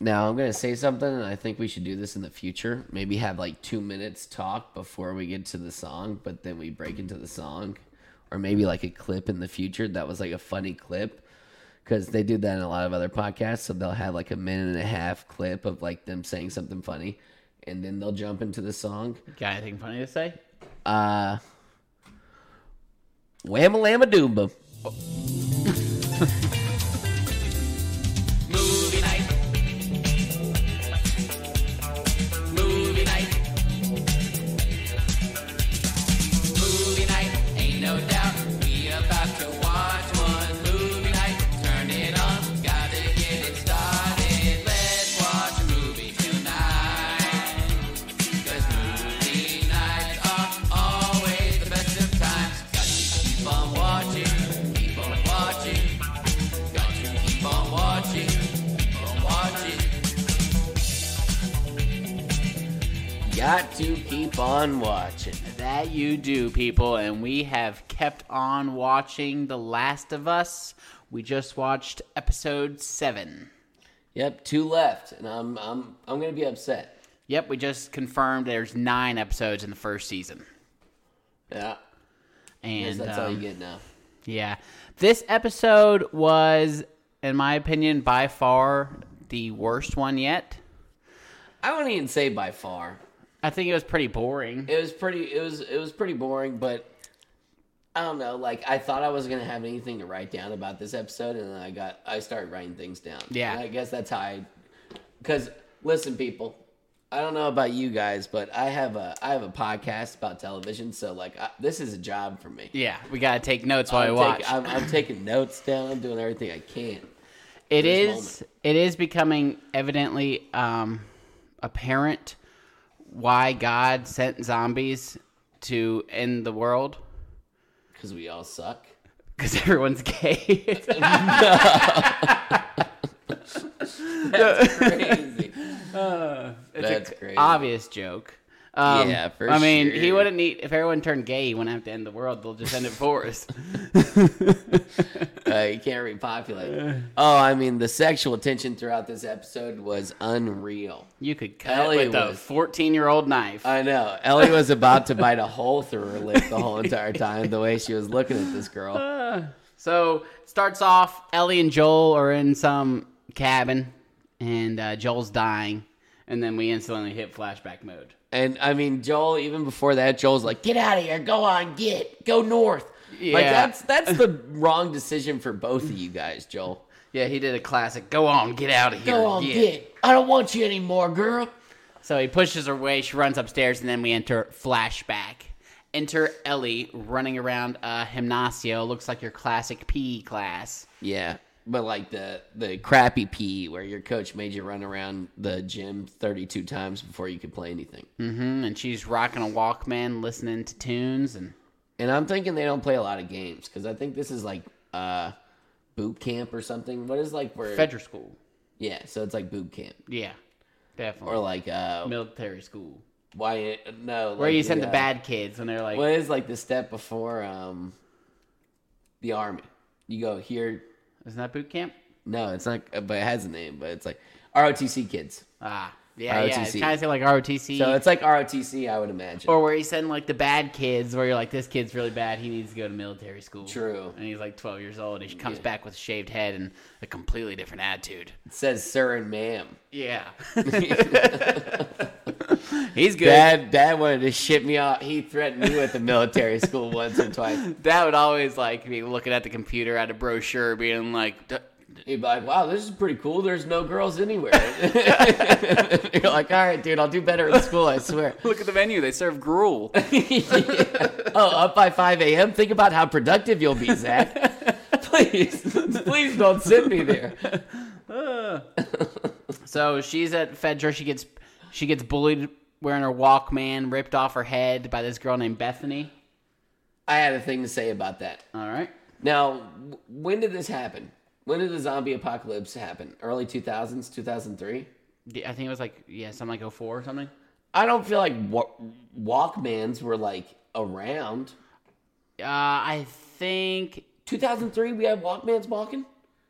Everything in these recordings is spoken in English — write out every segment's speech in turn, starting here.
Now I'm gonna say something, and I think we should do this in the future. Maybe have like two minutes talk before we get to the song, but then we break into the song, or maybe like a clip in the future that was like a funny clip, because they do that in a lot of other podcasts. So they'll have like a minute and a half clip of like them saying something funny, and then they'll jump into the song. Got anything funny to say? Uh, whamma lamma doomba. Movie night. Movie night. Movie night. Ain't no doubt we about to watch one movie night. Turn it on, gotta get it started. Let's watch a movie tonight. 'Cause movie nights are always the best of times. Got to keep on watching, keep on watching. Got to keep on watching, keep on watching. Got to keep on watching. That you do, people, and we have kept on watching The Last of Us. We just watched episode seven. Yep, two left, and I'm I'm I'm gonna be upset. Yep, we just confirmed there's nine episodes in the first season. Yeah, And that's all um, you get now. Yeah. This episode was, in my opinion, by far the worst one yet. I wouldn't even say by far. I think it was pretty boring. It was pretty. It was it was pretty boring, but I don't know. Like I thought I was gonna have anything to write down about this episode, and then I got I started writing things down. Yeah. And I guess that's how. I Because listen, people, I don't know about you guys, but I have a I have a podcast about television, so like I, this is a job for me. Yeah, we gotta take notes while I'm, we watch. take- I'm, I'm taking notes down. I'm doing everything I can. it is this it is becoming evidently um, apparent why God sent zombies to end the world because we all suck. because everyone's gay. That's crazy. It's That's a crazy. obvious joke. Um, Yeah, for I mean, he sure. wouldn't need if everyone turned gay. He wouldn't have to end the world. They'll just end it for us. Uh, you can't repopulate. Oh, I mean, the sexual tension throughout this episode was unreal. You could cut Ellie it with a was- fourteen-year-old knife. I know. Ellie was about to bite a hole through her lip the whole entire time, the way she was looking at this girl. so it starts off. Ellie and Joel are in some cabin, and uh, Joel's dying, and then we instantly hit flashback mode. And I mean, Joel, even before that, Joel's like, get out of here. Go on, get. Go north. Like, Yeah. that's, that's the wrong decision for both of you guys, Joel. Yeah, he did a classic. Go on, get out of here. Go on, yeah." get. I don't want you anymore, girl. So he pushes her away. She runs upstairs, and then we enter flashback. Enter Ellie running around a gymnasio. Looks like your classic PE class. Yeah, but like the the crappy PE where your coach made you run around the gym 32 times before you could play anything. hmm And she's rocking a Walkman, listening to tunes, and And I'm thinking they don't play a lot of games because I think this is like uh boot camp or something. What is like where? federal school. yeah, so it's like boot camp Yeah, definitely. or like uh military school. why no like, Where you send uh, the bad kids when they're like, What is like the step before um the army? You go here. isn't that boot camp? No, it's not. But it has a name. But it's like ROTC kids. Ah, yeah, yeah. It's ROTC. kind of like ROTC. So it's like ROTC, I would imagine. or where you send like the bad kids, where you're like, this kid's really bad. He needs to go to military school. True. And he's like 12 years old. And he comes back with a shaved head and a completely different attitude. says sir and ma'am. Yeah. he's good. Dad, dad wanted to ship me off. He threatened me with the military school once or twice. Dad would always like be looking at the computer at a brochure, being like, "D- He'd be like, "Wow, this is pretty cool. There's no girls anywhere." You're like, "All right, dude, I'll do better in school. I swear." "Look at the menu. They serve gruel." Oh, up by 5 a.m. Think about how productive you'll be, Zach. please, please don't send me there. So she's at Fedra. She gets she gets bullied wearing her Walkman, ripped off her head by this girl named Bethany. I had a thing to say about that. All right. Now, w- when did this happen? When did the zombie apocalypse happen? Early 2000s, 2003. D- I think it was like yeah, something like 04 or something. I don't feel like wa- Walkmans were like around. Uh, I think 2003, we had Walkmans walking.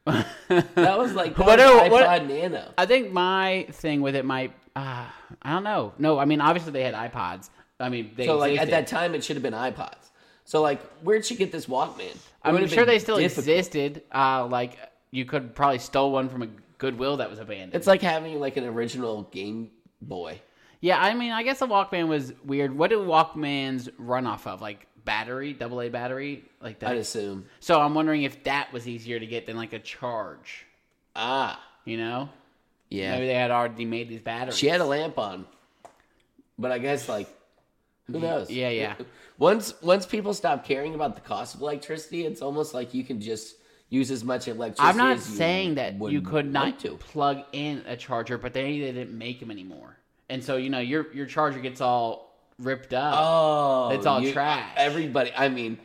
That was like that What was do- iPod what- Nano. I think my thing with it might. Uh, I don't know. No, I mean obviously they had iPods. I mean they So like at existed. that time, it should have been iPods. So like, where'd she get this Walkman? It I'm would've sure been they still difficult. existed. Uh, like you could probably stole one from a Goodwill that was abandoned. It's like having like an original Game Boy. yeah, I mean I guess a Walkman was weird. What did Walkmans run off of? Like battery, double A battery, like that. I'd assume. so I'm wondering if that was easier to get than like a charge. Ah, You know, yeah. maybe they had already made these batteries. She had a lamp on, but I guess like, who knows? yeah, yeah. Once once people stop caring about the cost of electricity, it's almost like you can just use as much electricity. I'm not as you saying that would you could want not to. plug in a charger, but they, they didn't make them anymore. And so you know your your charger gets all ripped up. Oh, It's all trash. Everybody, I mean,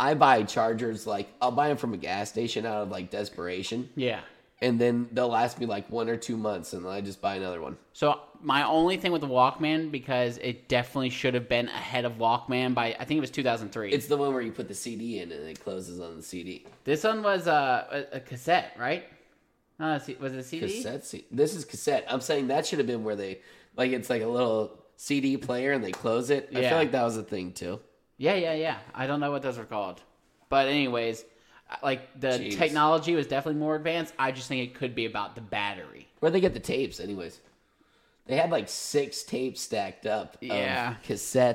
I buy chargers like I'll buy them from a gas station out of like desperation, Yeah. and then they'll last me like one or two months, and then I just buy another one. So my only thing with the Walkman because it definitely should have been ahead of Walkman by I think it was 2003. It's the one where you put the CD in and it closes on the CD. this one was uh, a, a cassette, right? Uh, was it a CD? Cassette. C- this is cassette. I'm saying that should have been where they like it's like a little CD player and they close it. I Yeah. feel like that was a thing too. Yeah, yeah, yeah. I don't know what those are called, but anyways, I- like the Jeez. technology was definitely more advanced. I just think it could be about the battery. Where they get the tapes, anyways. They had like six tapes stacked up. Yeah. of cassettes. or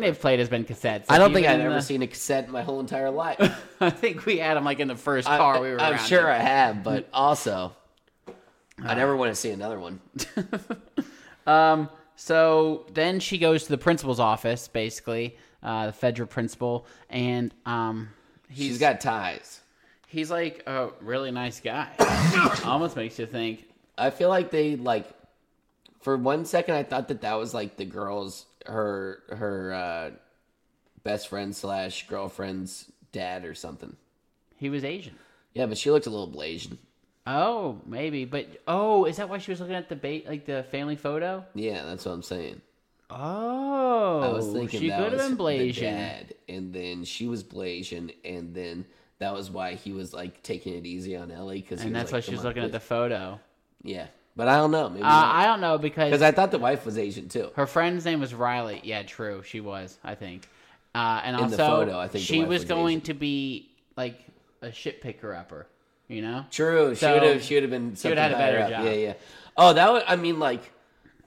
whatever. they've played has been cassettes. I don't think Like, even I've in ever the- seen a cassette in my whole entire life. I think we had them like in the first I- car we were. I'm around sure in. I have, but also, I never want to see another one. So then she goes to the principal's office, basically, uh, the federal principal, and um, he's She's got ties. he's like a really nice guy. Almost makes you think. I feel like they like. For one second, I thought that that was like the girl's her her uh, best friend slash girlfriend's dad or something. He was Asian. Yeah, but she looked a little blasian. Oh, maybe, but oh, is that why she was looking at the ba- like the family photo? Yeah, that's what I'm saying. Oh, I was thinking she that could was have been the Blasian. dad, and then she was blasian, and then that was why he was like taking it easy on Ellie because And that's why she was looking at the photo. yeah. But I don't know. Maybe Uh, I don't know Because because I thought the wife was Asian too. Her friend's name was Riley. Yeah, true. She was, I think. Uh, and also, the photo, I think the she wife was was going Asian. to be like a shit picker upper. You know? True. So- she would have. She would have been. She would've had a better job. Yeah, yeah. Oh, that would. I mean, like,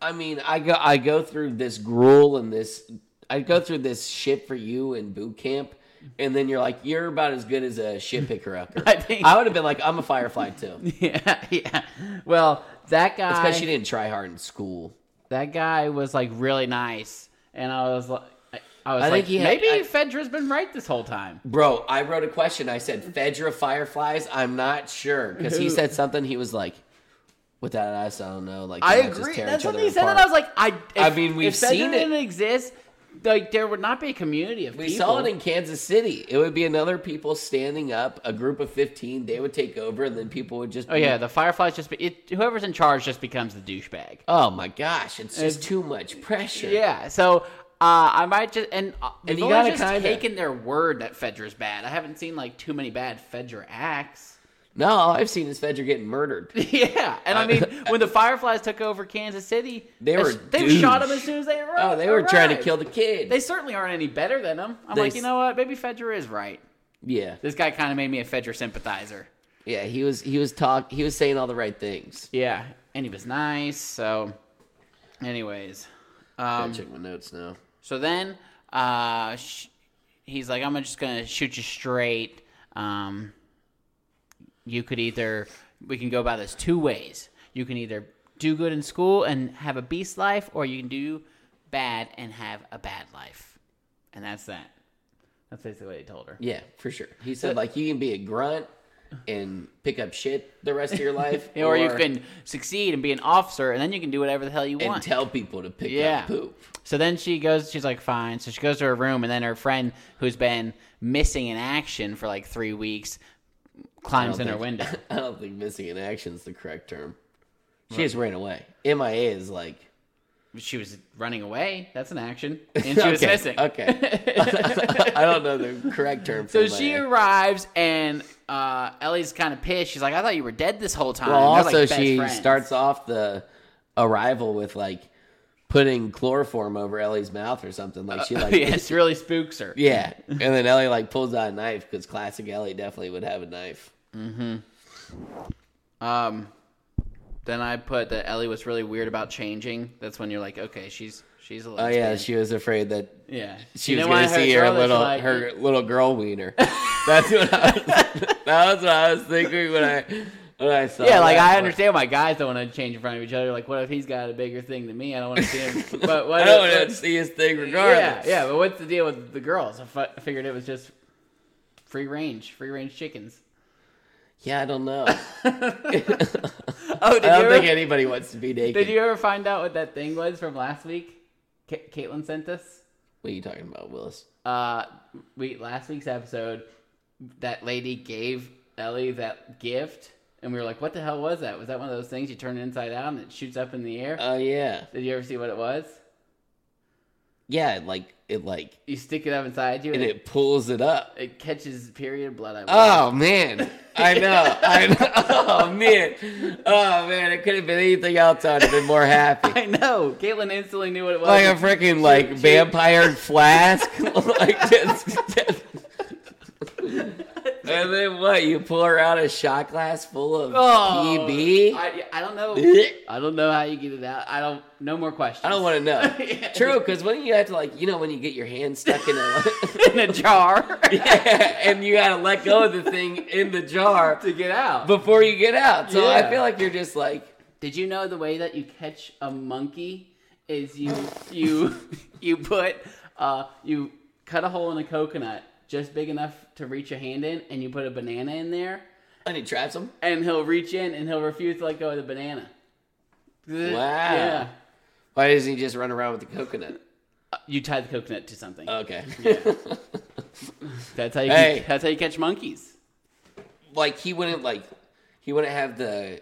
I mean, I go. I go through this gruel and this. I go through this shit for you in boot camp, and then you're like, you're about as good as a shit picker upper. I think- I would have been like, I'm a firefly too. yeah, yeah. Well, that guy, Because she didn't try hard in school. that guy was like really nice, and I was like, I- I was I like, think he had- maybe I- Fedra's been right this whole time. Bro, I wrote a question. I said, Fedra Fireflies? I'm not sure. Because he said something, he was like, without us, I don't know. Like, they I might just agree. tear That's each what other he said, and I apart." was like, I. I if- mean, we've if Fedra seen it. didn't exist. Like there would not be a community of We people. saw it in Kansas City. It would be another people standing up, a group of 15. They would take over, and then people would just. oh yeah, the fireflies just be, it, whoever's in charge just becomes the douchebag. Oh my gosh, it's just too much pressure. Yeah, so uh, I might just and uh, And you you gotta gotta just kinda- taken their word that Fedra's bad. I haven't seen like too many bad Fedra acts. No, all I've seen is Fedger getting murdered. yeah, and I mean when the Fireflies took over Kansas City, They were Uh, they shot them douche. as soon as they arrived. Oh, they were trying to arrived. kill the kid. They certainly aren't any better than them. I'm They like, you s- know what? Maybe Fedra is right. yeah, This guy kind of made me a Fedra sympathizer. yeah. He was he was talk he was saying all the right things. Yeah, and he was nice. So, anyways. Gotta check my notes now. So then, uh, sh- he's like, "I'm just gonna shoot you straight. Um, you could either we can go about this two ways. You can either do good in school and have a beast life, or you can do bad and have a bad life. And that's that. That's basically what he told her. Yeah, for sure. He said like you can be a grunt and pick up shit the rest of your life, Or, you can succeed and be an officer, and then you can do whatever the hell you and want. tell people to pick Yeah. up poop. So then she goes, she's like, fine. So she goes to her room, and then her friend, who's been missing in action for like three weeks, climbs in her window. I don't think missing in action is the correct term. She just ran away. MIA is like She was running away. That's an action, and she was okay. missing. Okay. I don't know the correct term for So my- she arrives, and uh, Ellie's kind of pissed. She's like, "I thought you were dead this whole time." Well, They're, like, also best she friends. starts off the arrival with like putting chloroform over Ellie's mouth or something. Like she like yes, really spooks her. yeah, and then Ellie like pulls out a knife because classic Ellie definitely would have a knife. Um, then I put that Ellie was really weird about changing. That's when you're like, okay, she's she's a Oh lesbian. yeah, she was afraid that yeah. she You was know why gonna see her brother's little like- her little girl wiener. That's what I was, that was what I was thinking when I when I saw. Yeah, like that I part. understand why guys don't want to change in front of each other. Like, what if he's got a bigger thing than me? I don't want to see him. But what? I don't if- want to see his thing yeah, Oh, regardless. yeah. But what's the deal with the girls? I fi- I figured it was just free range, free range chickens. yeah. I don't know. Oh, did I you don't ever, think anybody wants to be naked. did you ever find out what that thing was from last week? Ca Caitlin sent us. What are you talking about, Willis? uh we last week's episode that lady gave ellie that gift and we were like what the hell was that was that one of those things you turn inside out and it shoots up in the air Oh yeah, did you ever see what it was yeah. it, Like it, like you stick it up inside you and and it, it pulls it up. it catches period blood I believe. Oh man, I know, I know. Oh man, oh man, it could have been anything else. I'd have been more happy. i know caitlin instantly knew what it was Like a freaking like vampire flask, like just, just- And then what? You pour out a shot glass full of Oh, PB? I, I, I don't know i don't know how you get it out i don't no more questions don't want to know. True, because when you have to like, you know, when you get your hand stuck in a in a jar yeah, and you gotta let go of the thing in the jar to get out before you get out. So Yeah. I feel like you're just like, Did you know the way that you catch a monkey is you you you put uh you cut a hole in a coconut just big enough to reach a hand in and you put a banana in there and he traps him. and he'll reach in and he'll refuse to let go of the banana. Wow. Yeah. Why doesn't he just run around with the coconut? You tie the coconut to something. Okay. that's how you Hey. that's how you catch monkeys. like he wouldn't like he wouldn't have the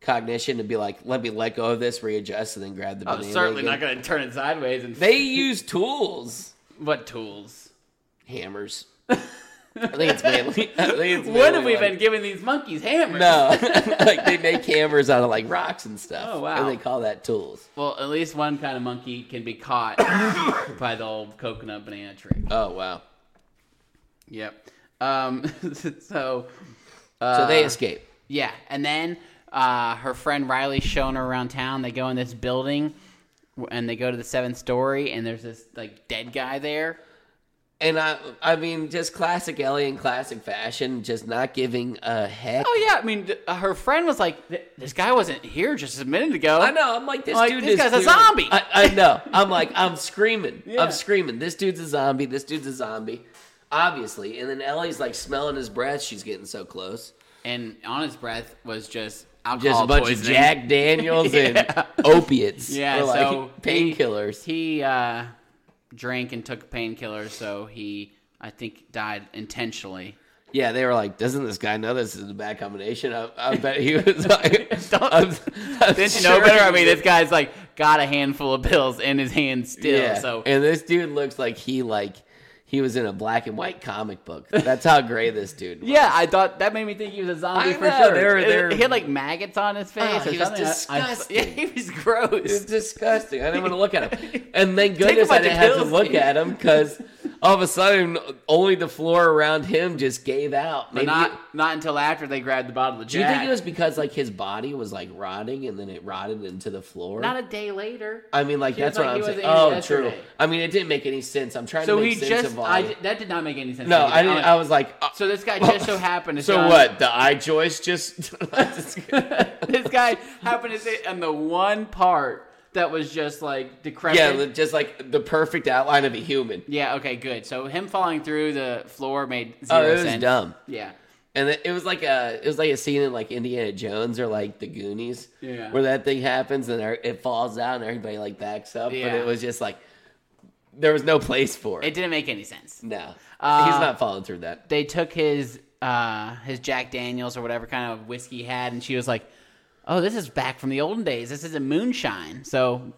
cognition to be like, let me let go of this, readjust, and then grab the I'm banana. Oh, certainly again. not going to turn it sideways and They use tools, what tools? hammers. I think it's mainly. I think it's What have mainly, we like- been giving these monkeys hammers? No, like they make hammers out of like rocks and stuff. Oh, wow. And they call that tools. Well, at least one kind of monkey can be caught by the old coconut banana trick. Oh wow. Yep. Um, so, uh, So they escape. yeah, and then uh, her friend Riley's showing her around town. They go in this building, w- and they go to the seventh story, and there's this like dead guy there. And I, I mean, just classic Ellie in classic fashion, just not giving a heck. Oh yeah, I mean, th- uh, her friend was like, "Th- "This guy wasn't here just a minute ago." I know. I'm like, this Like, dude this is guy's a clearly- zombie. I, I know. I'm like, I'm screaming. Yeah. I'm screaming. This dude's a zombie. This dude's a zombie. Obviously. And then Ellie's like smelling his breath. She's getting so close. And on his breath was just Just alcohol a bunch of poisoning. Jack Daniels and opiates. Yeah, Or, like, so painkillers. He uh, drank and took painkillers, so he, I think, died intentionally. Yeah, they were like, doesn't this guy know this is a bad combination? I, I bet he was like, Don't- I'm- I'm Didn't you sure know better? I he mean, did. this guy's like got a handful of pills in his hand still. So and this dude looks like he like he was in a black and white comic book. That's how gray this dude. Was. yeah, I thought that made me think he was a zombie I for know, sure. they're- It- they're- He had like maggots on his face. Oh, or he was something. I- I- disgusting. yeah, he was It's gross. disgusting. I didn't want to look at him. And thank a goodness I bunch didn't of have to pills, look dude. at him because all of a sudden, only the floor around him just gave out. Maybe But not not until after they grabbed the bottle of do you Jack. think it was because like his body was like rotting and then it rotted into the floor? not a day later? I mean, like He that's was what like, I'm he saying. wasn't Oh, eating true. yesterday. I mean, it didn't make any sense. I'm trying so to he make sense just of all. I, di- that did not make any sense. no, to me. I didn't. like- I was like, uh, so this guy just so happened to. so shine- what? The eye choice just. this guy happened to sit on the one part that was just like decrepit. Yeah, li- just like the perfect outline of a human. Yeah, okay, good. So him falling through the floor made Oh, zero it was sense. dumb. Yeah. And it- it was like a it was like a scene in like Indiana Jones or like the Goonies, Yeah. where that thing happens and er- it falls out and everybody like backs up. Yeah. But it was just like there was no place for it. It didn't make any sense. no, Uh, he's not following through that. They took his uh his Jack Daniels or whatever kind of whiskey he had and she was like, "Oh, this is back from the olden days. This isn't moonshine." So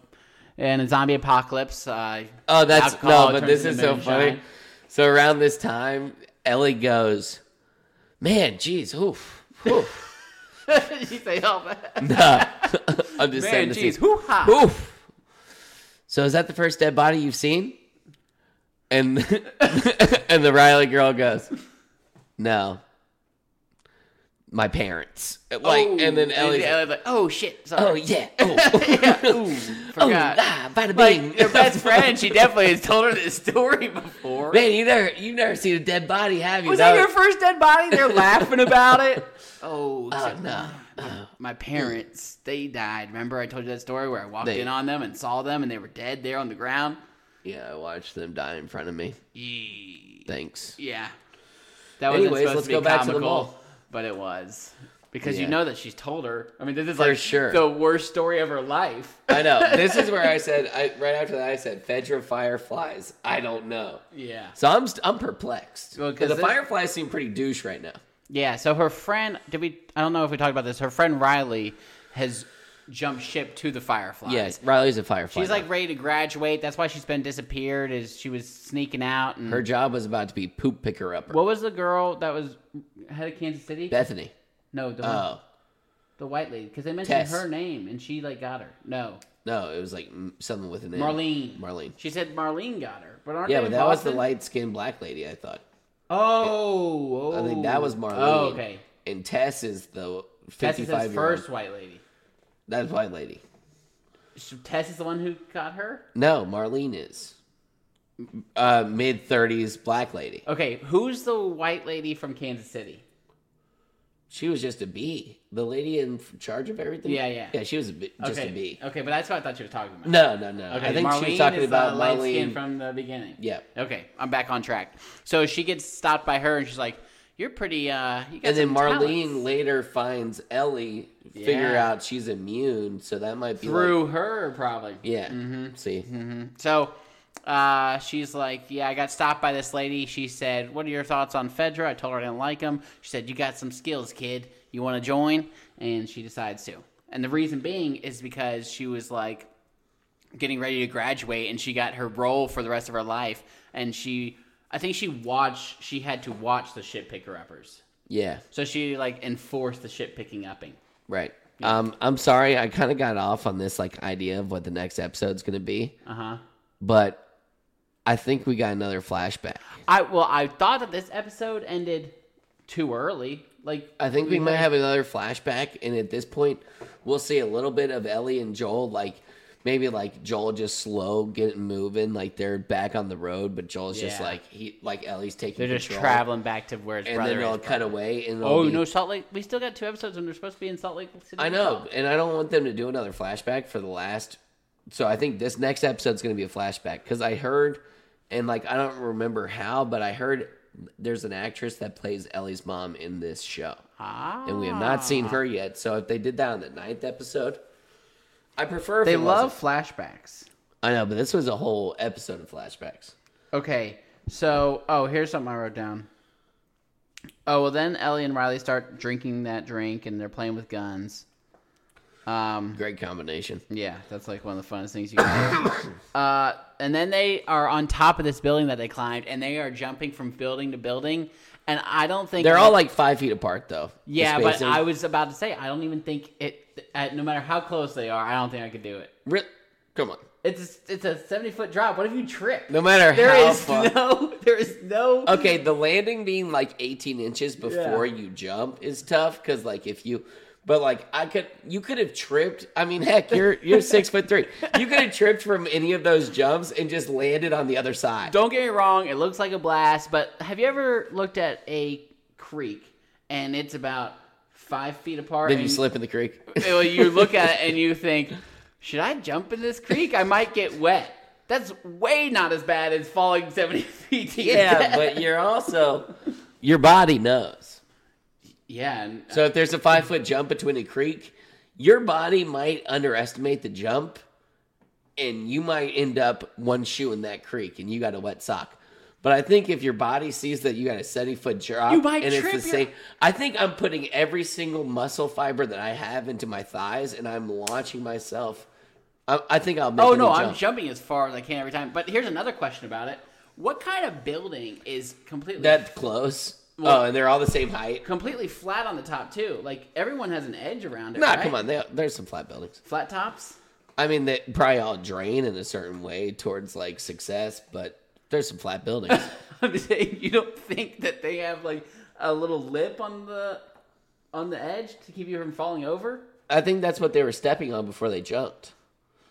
in a zombie apocalypse. Uh, Oh, that's alcohol no, but turns this into is so moonshine. funny. So around this time, Ellie goes, "Man, geez, oof, oof." you say, oh, man, Nah. I'm just saying man this. jeez, is- hoo ha. Oof. So is that the first dead body you've seen? And and the Riley girl goes, "No, my parents." Like, and then Ellie's like, like, oh shit, sorry. "Oh yeah, oh, Ooh, oh forgot. ah, bada bing." like your best friend, she definitely has told her this story before. Man, you never you never seen a dead body, have you? was That that your first dead body? They're laughing about it. Oh, except no. my parents, they died. Remember I told you that story where I walked They- in on them and saw them and they were dead there on the ground? Yeah, I watched them die in front of me. Yee. Thanks. Yeah. That Anyways, wasn't supposed let's to be go back to the comical, mall. but it was. Because Yeah. you know that she's told her. I mean, this is For like sure. the worst story of her life. I know. This is where I said I, right after that I said Fedra fireflies. I don't know. Yeah. So I'm st- I'm perplexed. Well, 'Cause 'cause the this- fireflies seem pretty douche right now. Yeah, so her friend did we I don't know if we talked about this. Her friend Riley has jumped ship to the Fireflies. Yes, Riley's a firefly. She's now. like ready to graduate. That's why she's been disappeared is she was sneaking out and her job was about to be poop picker upper. what was the girl that was head of Kansas City? Bethany. no, the, one, Oh the white lady because they mentioned Tess. her name and she like got her. No, no, it was like mm, someone with an name. Marlene. Marlene. She said Marlene got her, but aren't Yeah, they but in that was the Boston? light skinned black lady. I thought. Oh, oh, I think that was Marlene. Oh, okay. And Tess is the Tess fifty is his five year first old. white lady. That's white lady. So Tess is the one who got her. No, Marlene is. Uh, Mid thirties black lady. Okay, who's the white lady from Kansas City? She was just a bee. The lady in f- charge of everything. Yeah, yeah. Yeah, she was a bee, just okay. a bee. Okay, but that's what I thought you were talking about. No, no, no. Okay, I think Marlene she was talking is about the light skin Marlene. from the beginning. yeah, Okay, I'm back on track. So she gets stopped by her, and she's like, "You're pretty." uh you got and then some Marlene talents." later finds Ellie, figure Yeah. out she's immune, so that might be like- through Mm-hmm. her probably. yeah. See, So uh, she's like, Yeah, I got stopped by this lady. She said, What are your thoughts on Fedra? I told her I didn't like him. She said, You got some skills, kid. You want to join? And she decides to. And the reason being is because she was like getting ready to graduate and she got her role for the rest of her life. And she, I think she watched, she had to watch the shit picker uppers. yeah, So she like enforced the shit picking upping. right. Um, I'm sorry, I kind of got off on this like idea of what the next episode's gonna be, Uh huh. but I think we got another flashback. I, well, I thought that this episode ended too early. Like, I think we might have another flashback, and at this point, we'll see a little bit of Ellie and Joel, like maybe like Joel just slow getting moving, like they're back on the road, but Joel's just Yeah. like he like Ellie's taking. They're just control, traveling back to where his and then brother they'll is. cut away. And it'll Oh be- no, Salt Lake! We still got two episodes, and they're supposed to be in Salt Lake City. I know, and I don't want them to do another flashback for the last. So I think this next episode's going to be a flashback because I heard, and like I don't remember how, but I heard there's an actress that plays Ellie's mom in this show. Ah, and we have not seen her yet. So if they did that on the ninth episode, I prefer. If They it wasn't. love flashbacks. I know, but this was a whole episode of flashbacks. Okay, so oh, here's something I wrote down. Oh well, then Ellie and Riley start drinking that drink, and they're playing with guns. Um, Great combination. yeah, that's like one of the funnest things you can do. uh, and then they are on top of this building that they climbed, and they are jumping from building to building. And I don't think They're all like five feet apart, though. the Yeah, but spacing. I was about to say I don't even think it. At, no matter how close they are, I don't think I could do it. Re- come on. It's it's a seventy foot drop. What if you trip? No matter There how is far. no. There is no. Okay, the landing being like 18 inches before you jump is tough because, like, if you, but like, I could, you could have tripped. I mean, heck, you're you're six foot three. You could have tripped from any of those jumps and just landed on the other side. Don't get me wrong. It looks like a blast, but have you ever looked at a creek and it's about five feet apart? Then you and- slip in the creek. Well, you look at it and you think, should I jump in this creek? I might get wet. That's way not as bad as falling seventy feet. to your Yeah, death. but you're also your body knows. yeah. and- uh, So if there's a five foot jump between a creek, your body might underestimate the jump, and you might end up one shoe in that creek, and you got a wet sock. But I think if your body sees that you got a seventy foot drop, You might and trip it's the your- same, I think I'm putting every single muscle fiber that I have into my thighs, and I'm launching myself I, I think I'll. Make Oh it no, a I'm jump. jumping as far as I can every time. But here's another question about it: What kind of building is completely that close. Well- oh, and they're all the same height. completely flat on the top too? Like everyone has an edge around it. Nah, right? come on. They, there's some flat buildings. Flat tops. I mean, they probably all drain in a certain way towards like success, but there's some flat buildings. I'm saying you don't think that they have like a little lip on the on the edge to keep you from falling over. I think that's what they were stepping on before they jumped.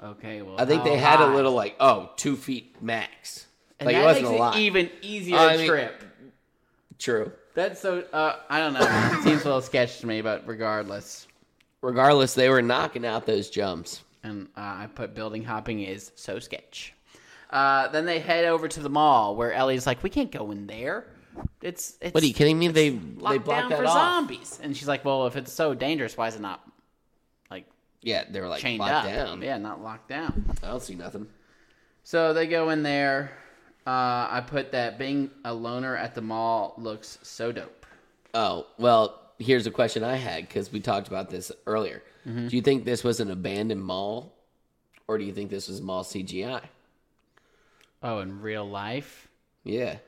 Okay, well I think how they had high? a little like oh two feet max. And like that it wasn't makes a lot. it even easier I mean- trip. True. That's so. Uh, I don't know. It seems a little sketch to me, but regardless, Regardless, they were knocking out those jumps. and uh, I put building hopping is so sketch. Uh, then they head over to the mall where Ellie's like, "We can't go in there. It's it's What are you kidding me? They locked they blocked down that for off. zombies." And she's like, "Well, if it's so dangerous, why is it not like Yeah, they were like chained locked up? down. Yeah, not locked down." I don't see nothing. So they go in there. Uh, I put that being a loner at the mall looks so dope. Oh well, here's a question I had because we talked about this earlier. Do you think this was an abandoned mall, or do you think this was mall CGI? Oh, in real life. Yeah.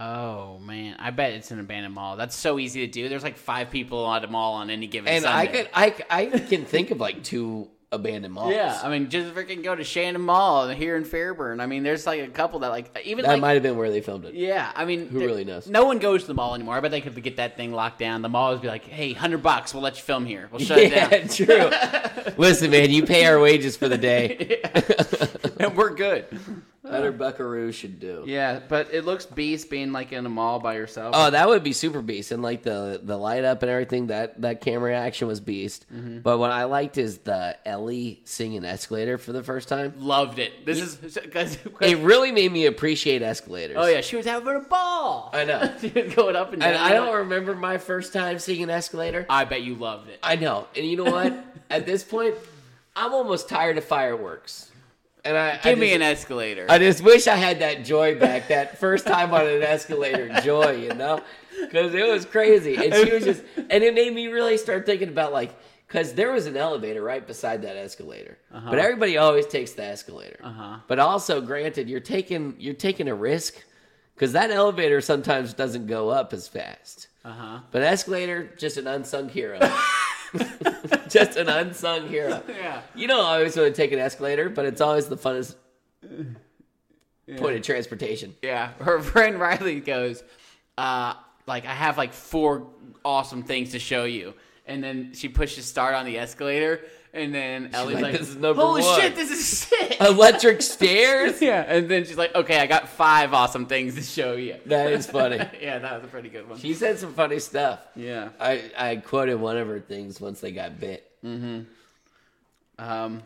Oh man, I bet it's an abandoned mall. That's so easy to do. There's like five people at a mall on any given. And Sunday. I could I I can think of like two abandoned malls. Yeah, I mean, just freaking go to Shannon Mall here in Fairburn. I mean, there's like a couple that like even that like might have been where they filmed it. yeah. I mean, Who there- really knows? No one goes to the mall anymore. I bet they could get that thing locked down. The mall would be like, hey, hundred bucks, we'll let you film here. We'll shut yeah, it true. Listen, man, you pay our wages for the day. down, and we're good. Utter Buckaroo should do. Yeah, but it looks beast being like in a mall by yourself. Oh, that would be super beast, and like the the light up and everything. That that camera action was beast. Mm-hmm. But what I liked is the Ellie singing escalator for the first time. loved it. This is because It really made me appreciate escalators. oh yeah, she was having a ball. I know. she was going up and down. and I don't remember my first time seeing an escalator. I bet you loved it. I know, and you know what? At this point, I'm almost tired of fireworks. And I I Give me just- an escalator. I just wish I had that joy back, that first time on an escalator joy, you know? Because it was crazy. And she was just, and it made me really start thinking about like, because there was an elevator right beside that escalator, but everybody always takes the escalator. Uh-huh. But also, granted, you're taking you're taking a risk because that elevator sometimes doesn't go up as fast. uh huh. But escalator, just an unsung hero. just an unsung hero. Yeah. You don't always want to take an escalator, but it's always the funnest point of transportation. Yeah, her friend Riley goes, uh, like I have like four awesome things to show you, and then she pushes start on the escalator, and then Ellie's like, like, "This is number "Holy one." shit, this is sick!" Electric stairs. yeah, and then she's like, "Okay, I got five awesome things to show you." That is funny. yeah, that was a pretty good one. She said some funny stuff. yeah. I, I quoted one of her things once they got bit. Um.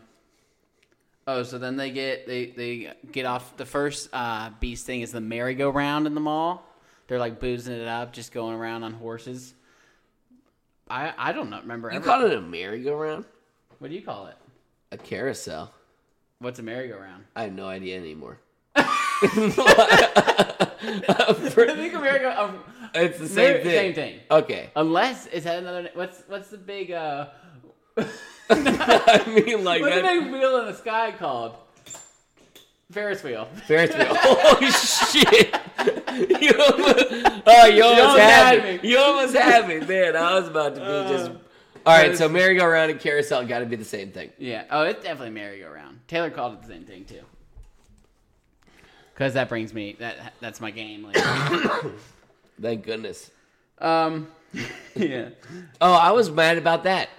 Oh, so then they get they they get off the first uh, beast thing is the merry-go-round in the mall. They're like boozing it up, just going around on horses. I I don't know, remember. You ever- call it a merry-go-round? what do you call it? A carousel? What's a merry-go-round? I have no idea anymore. I think a merry-go um, It's the same Merry- thing. same thing. Okay. unless is that another na- what's what's the big uh I mean, like what's the that. big wheel in the sky called? Ferris wheel. Ferris wheel. Holy shit! You almost, oh, you almost, almost had, had me. Uh, me. You almost had me, man. I was about to be just. All right, so merry-go-round and carousel got to be the same thing. Yeah. Oh, it's definitely merry-go-round. Taylor called it the same thing too. Cause that brings me that that's my game. Like, Thank goodness. um, yeah. Oh, I was mad about that.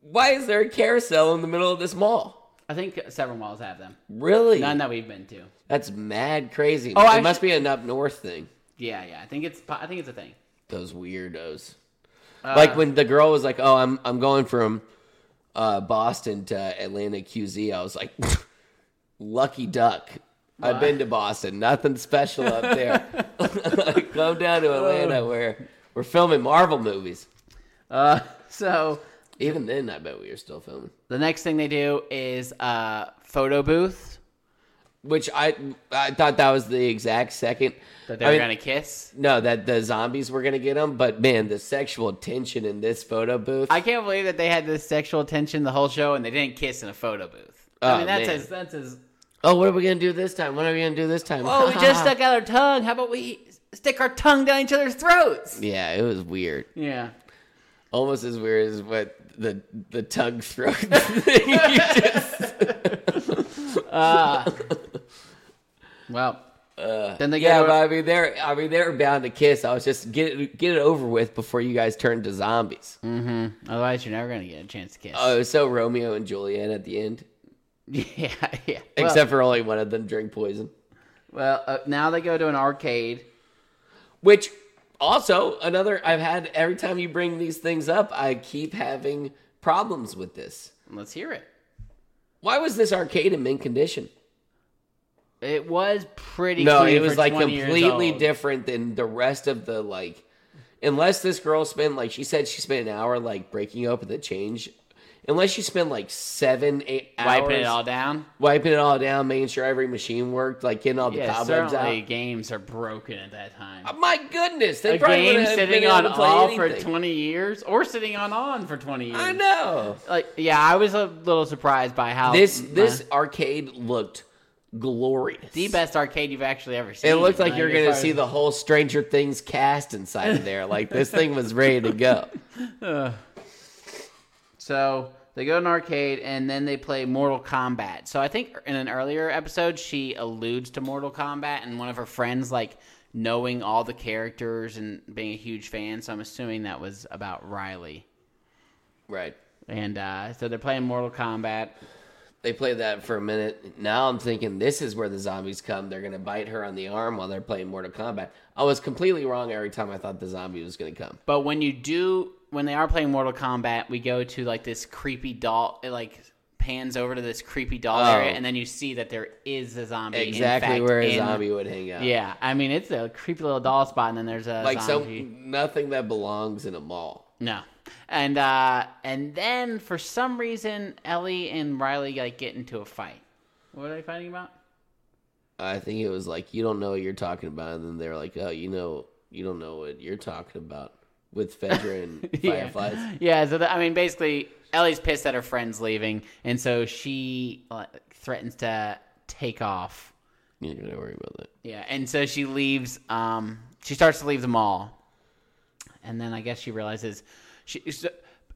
Why is there a carousel in the middle of this mall? I think several malls have them. Really? None that we've been to. That's mad crazy. Oh, it I must be an up north thing. Yeah, yeah. I think it's po- I think it's a thing. Those weirdos. Uh, like when the girl was like, "Oh, I'm I'm going from uh, Boston to Atlanta QZ." I was like, "Lucky duck." I've been to Boston. Nothing special up there. Come down to Oh. Atlanta where we're filming Marvel movies. Uh, so Even then, I bet we were still filming. the next thing they do is uh photo booth. which I I thought that was the exact second. That they're I mean, gonna kiss. no, that the zombies were gonna get him, but man, the sexual tension in this photo booth. I can't believe that they had this sexual tension the whole show and they didn't kiss in a photo booth. I Oh, mean, that's man. as that's as. oh, what are we gonna do this time? What are we gonna do this time? Oh, we just stuck out our tongue. How about we stick our tongue down each other's throats? Yeah, it was weird. Yeah. Almost as weird as what the the tongue throat thing you just. Well. then they Uh, Yeah, go. but I mean they're I mean they're bound to kiss. I was just get it, get it over with before you guys turn to zombies. Otherwise, you're never gonna get a chance to kiss. Oh, it was so Romeo and Juliet at the end, yeah, yeah. Well, except for only one of them drink poison. well, uh, now they go to an arcade. Which also another I've had every time you bring these things up, I keep having problems with this. Let's hear it. Why was this arcade in mint condition? It was pretty. No, clean it was for like 20 years completely old. different than the rest of the like. Unless this girl spent like she said she spent an hour like breaking open the change. Unless she spent like seven eight hours Wiping it all down. wiping it all down, making sure every machine worked, like getting all the Yeah, cobwebs certainly out. games are broken at that time. My goodness, they a probably game wouldn't have been sitting able on to play all for anything. 20 years or sitting on on for 20 years. I know. Like, yeah, I was a little surprised by how This my- this arcade looked glorious. the best arcade you've actually ever seen. It looked like you're as gonna far see as- the whole Stranger Things cast inside of there. Like this thing was ready to go. So they go to an arcade and then they play Mortal Kombat. So I think in an earlier episode she alludes to Mortal Kombat and one of her friends like knowing all the characters and being a huge fan. So I'm assuming that was about Riley. Right. And uh, so they're playing Mortal Kombat. They played that for a minute. Now I'm thinking this is where the zombies come. They're gonna bite her on the arm while they're playing Mortal Kombat. I was completely wrong every time I thought the zombie was gonna come. But when you do, when they are playing Mortal Kombat, we go to like this creepy doll. It like pans over to this creepy doll Oh. area, and then you see that there is a zombie. in Exactly fact, where a in- zombie would hang out. Yeah, I mean it's a creepy little doll spot, and then there's a Like so zombie. nothing that belongs in a mall. No, and uh and then for some reason Ellie and Riley like get into a fight. What are they fighting about? I think it was like you don't know what you're talking about, and then they're like, oh, you know, you don't know what you're talking about with Fedra and Yeah. Fireflies. Yeah, so that, I mean, basically, Ellie's pissed that her friend's leaving, and so she like, threatens to take off. You're gonna worry about that. Yeah, and so she leaves. Um, she starts to leave the mall, and then I guess she realizes she. So,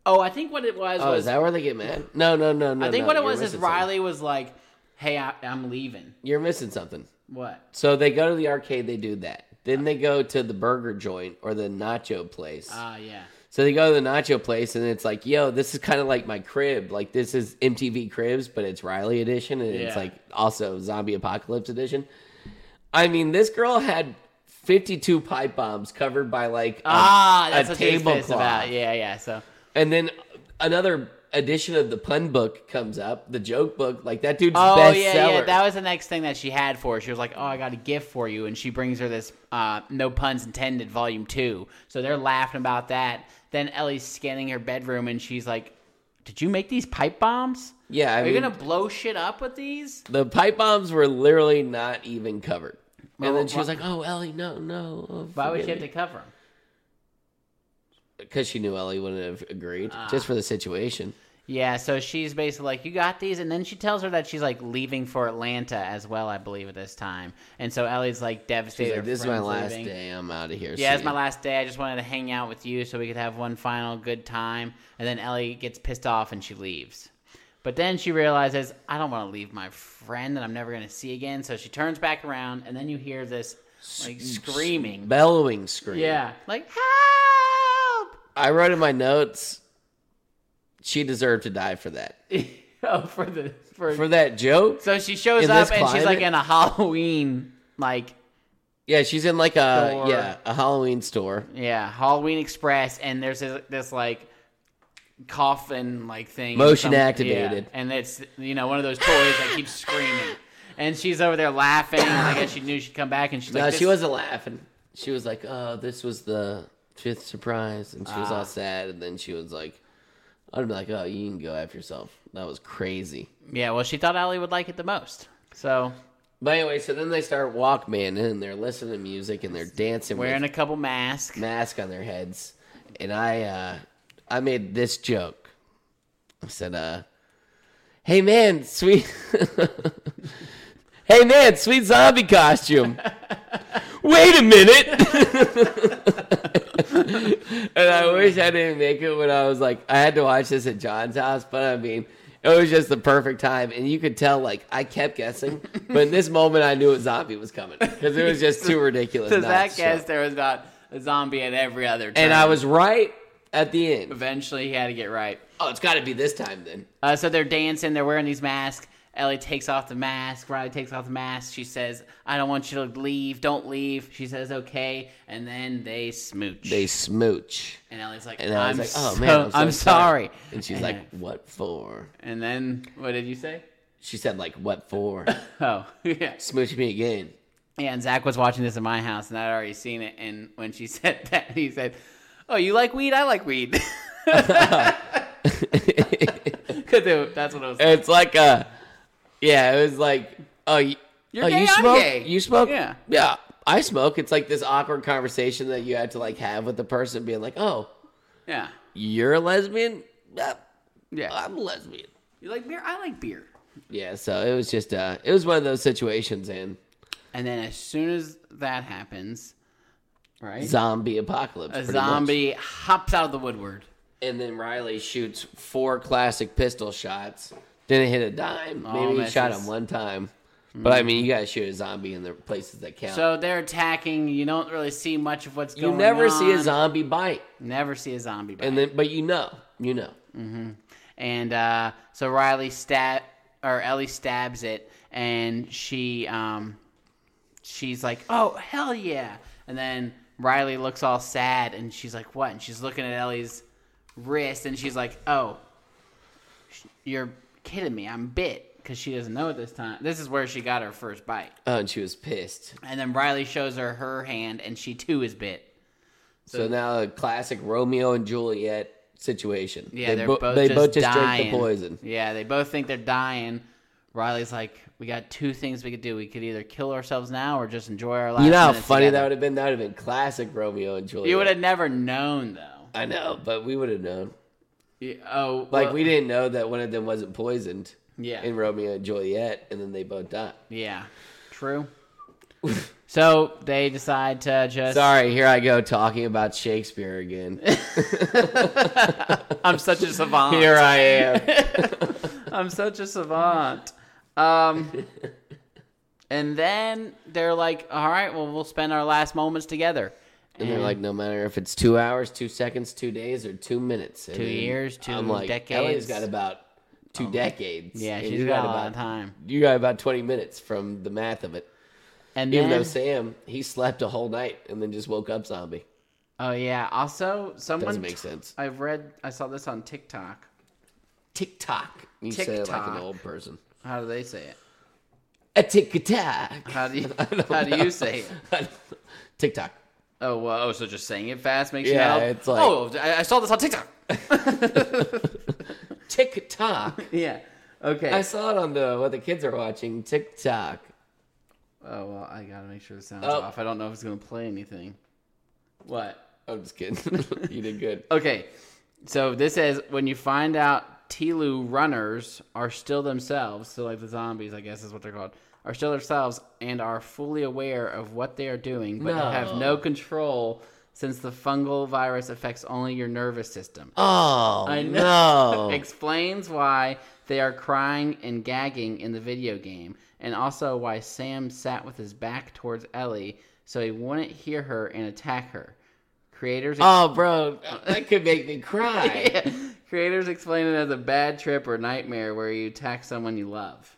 oh, I think what it was Oh, was is that where they get mad? No, no, no, no. I think no, what it you're was is missing something. Riley was like, "Hey, I, I'm leaving." You're missing something. What? So they go to the arcade. They do that. Then they go to the burger joint or the nacho place. Ah, yeah. so they go to the nacho place, and it's like, yo, this is kind of like my crib. Like this is MTV Cribs, but it's Riley edition, and it's Yeah. like also Zombie Apocalypse edition. I mean, this girl had 52 pipe bombs covered by like a, Ah, that's a what she's pissed tablecloth. about. Yeah, yeah. So And then another edition of the pun book comes up, the joke book. Like that dude's Oh bestseller. yeah, yeah. That was the next thing that she had for her. She was like, "Oh, I got a gift for you," and she brings her this uh, "No Puns Intended" Volume Two. So they're laughing about that. Then Ellie's scanning her bedroom, and she's like, "Did you make these pipe bombs? yeah, I Are mean, you gonna blow shit up with these?" the pipe bombs were literally not even covered. Well, and then she was why- like, "Oh, Ellie, no, no." Oh, Why would she have to cover them? Because she knew Ellie wouldn't have agreed, Ah. just for the situation. Yeah. So she's basically like, "You got these," and then she tells her that she's like leaving for Atlanta as well, I believe, at this time. And so Ellie's like She's devastated. like, her "This is my friend's last leaving. day. I'm out of here." Yeah, it's see my ya." last day. I just wanted to hang out with you so we could have one final good time. And then Ellie gets pissed off and she leaves. But then she realizes, I don't want to leave my friend that I'm never going to see again. So she turns back around, and then you hear this like screaming. bellowing scream. Yeah, like help! I wrote in my notes. She deserved to die for that. oh, for the for, For that joke. so she shows In up this and she's like climate? in a Halloween like Yeah, she's in like a Store. yeah a Halloween store. yeah Halloween Express, and there's this, this like coffin like thing Motion Some- activated. yeah. and it's you know one of those toys that keeps screaming and she's over there laughing and i guess she knew she'd come back and she's like No, this- she wasn't laughing. She was like, "Oh, this was the fifth surprise," and she was Ah. all sad. And then she was like, "I'd be like, oh, you can go after yourself. That was crazy." yeah well she thought ali would like it the most so But anyway, so then they start Walkman and they're listening to music and they're dancing Wearing with a couple masks. mask on their heads. And I uh I made this joke. I said, uh Hey man, sweet Hey man, sweet zombie costume. Wait a minute. and I wish I didn't make it when I was like I had to watch this at John's house, but I mean it was just the perfect time, and you could tell like I kept guessing, but in this moment I knew a zombie was coming because it was just too ridiculous. Because not that to show. guess there was about a zombie at every other turn. And I was right at the end. Eventually, he had to get right. Oh, it's got to be this time then. Uh, so they're dancing. They're wearing these masks. Ellie takes off the mask. Riley takes off the mask. She says, "I don't want you to leave. Don't leave." She says, "Okay." And then they smooch. They smooch. and Ellie's like, And I am was like, oh so, man, I'm, so sorry." And she's like, what for? And then what did you say? She said, like, what for? Oh, yeah. smooch me again. Yeah, and Zach was watching this in my house, and I'd already seen it. And when she said that, he said, "Oh, you like weed? I like weed." Because that's what I was. It's like a, yeah, it was like, oh, you, You're oh, gay, you I'm smoke? gay. You smoke? Yeah. Yeah, I smoke. It's like this awkward conversation that you have to like have with the person being like, oh, Yeah, you're a lesbian? Yeah, yeah. I'm a lesbian. You like beer? I like beer. Yeah, so it was just, uh, it was one of those situations and And then as soon as that happens, right, zombie apocalypse. a pretty much. zombie hops out of the woodward. and then Riley shoots four classic pistol shots. Didn't hit a dime. All Maybe he shot misses. him one time. But I mean, you gotta shoot a zombie in the places that count. So they're attacking. You don't really see much of what's you going on. never see a zombie bite, Never see a zombie. bite. and then but you know, you know. and uh, so Riley stab or Ellie stabs it, and she um, she's like, "Oh hell yeah!" And then Riley looks all sad, and she's like, "What?" And she's looking at Ellie's wrist, and she's like, "Oh, sh- you're kidding me! I'm bit." Because she doesn't know at this time. This is where she got her first bite, Oh, and she was pissed. and then Riley shows her her hand, and she too is bit. So, now a classic Romeo and Juliet situation. Yeah, they are bo- both they just both just dying. drank the poison. Yeah, they both think they're dying. Riley's like, we got two things we could do. We could either kill ourselves now or just enjoy our lives. You know how funny that would have been. That would have been classic Romeo and Juliet. You would have never known though. I know, but we would have known. You- oh, Like well, we didn't know that one of them wasn't poisoned. Yeah. In Romeo and Juliet, and then they both die. Yeah, true. so they decide to just. Sorry, here I go talking about Shakespeare again. I'm such a savant. here I am. I'm such a savant. Um, and then they're like, all right, well, we'll spend our last moments together. And they're like, no matter if it's two hours, two seconds, two days, or two minutes. Two years, two decades. Oh, Ellie's got about two decades. Yeah, and she's you got a lot of time. You got about twenty minutes from the math of it. And Even then, though Sam, he slept a whole night and then just woke up zombie. Oh yeah. Also, someone Doesn't make sense. I've read. I saw this on TikTok. Tick tock. You say it like an Tick-tock. old person. How do they say it? A tick tock. How do you How do you say it? Tick tock. Oh well. Oh, so just saying it fast makes Yeah, you. know- it's like- Oh, I, I saw this on TikTok. Tick tock. yeah. Okay. I saw it on the what the kids are watching TikTok. oh well, I gotta make sure the sound's Oh. off. I don't know if it's gonna play anything. What? I'm just kidding. you did good. Okay. So this says when you find out Telu runners are still themselves, so like the zombies, I guess is what they're called, are still themselves and are fully aware of what they are doing, but have no control since the fungal virus affects only your nervous system. Oh I no! Explains why they are crying and gagging in the video game, and also why Sam sat with his back towards Ellie so he wouldn't hear her and attack her. Creators oh, bro, that could make me cry. Yeah. Creators explain it as a bad trip or nightmare where you attack someone you love.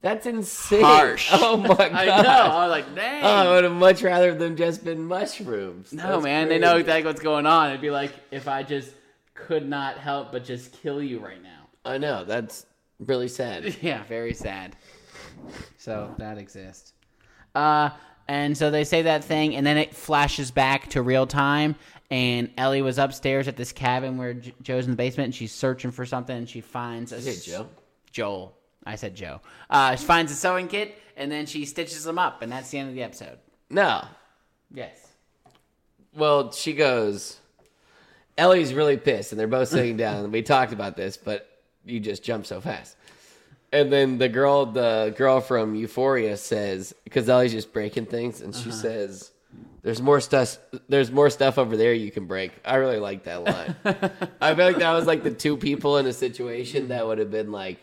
That's insane. Harsh. Oh my god! I know. I was like, dang. Oh, I would have much rather them just been mushrooms. no, man. They know exactly what's going on. It'd be like if I just could not help but just kill you right now. I know. That's really sad. Yeah, very sad. So that exists. Uh, and so they say that thing, and then it flashes back to real time. And Ellie was upstairs at this cabin where J- Joe's in the basement, and she's searching for something, and she finds a Is it Joe? Joel. I said Joe. Uh, she finds a sewing kit and then she stitches them up, and that's the end of the episode. No. Yes. Well, she goes. Ellie's really pissed, and they're both sitting down. we talked about this, but you just jumped so fast. And then the girl, the girl from Euphoria, says because Ellie's just breaking things, and Uh-huh. she says, "There's more stuff. There's more stuff over there you can break." I really like that line. I feel like that was like the two people in a situation that would have been like.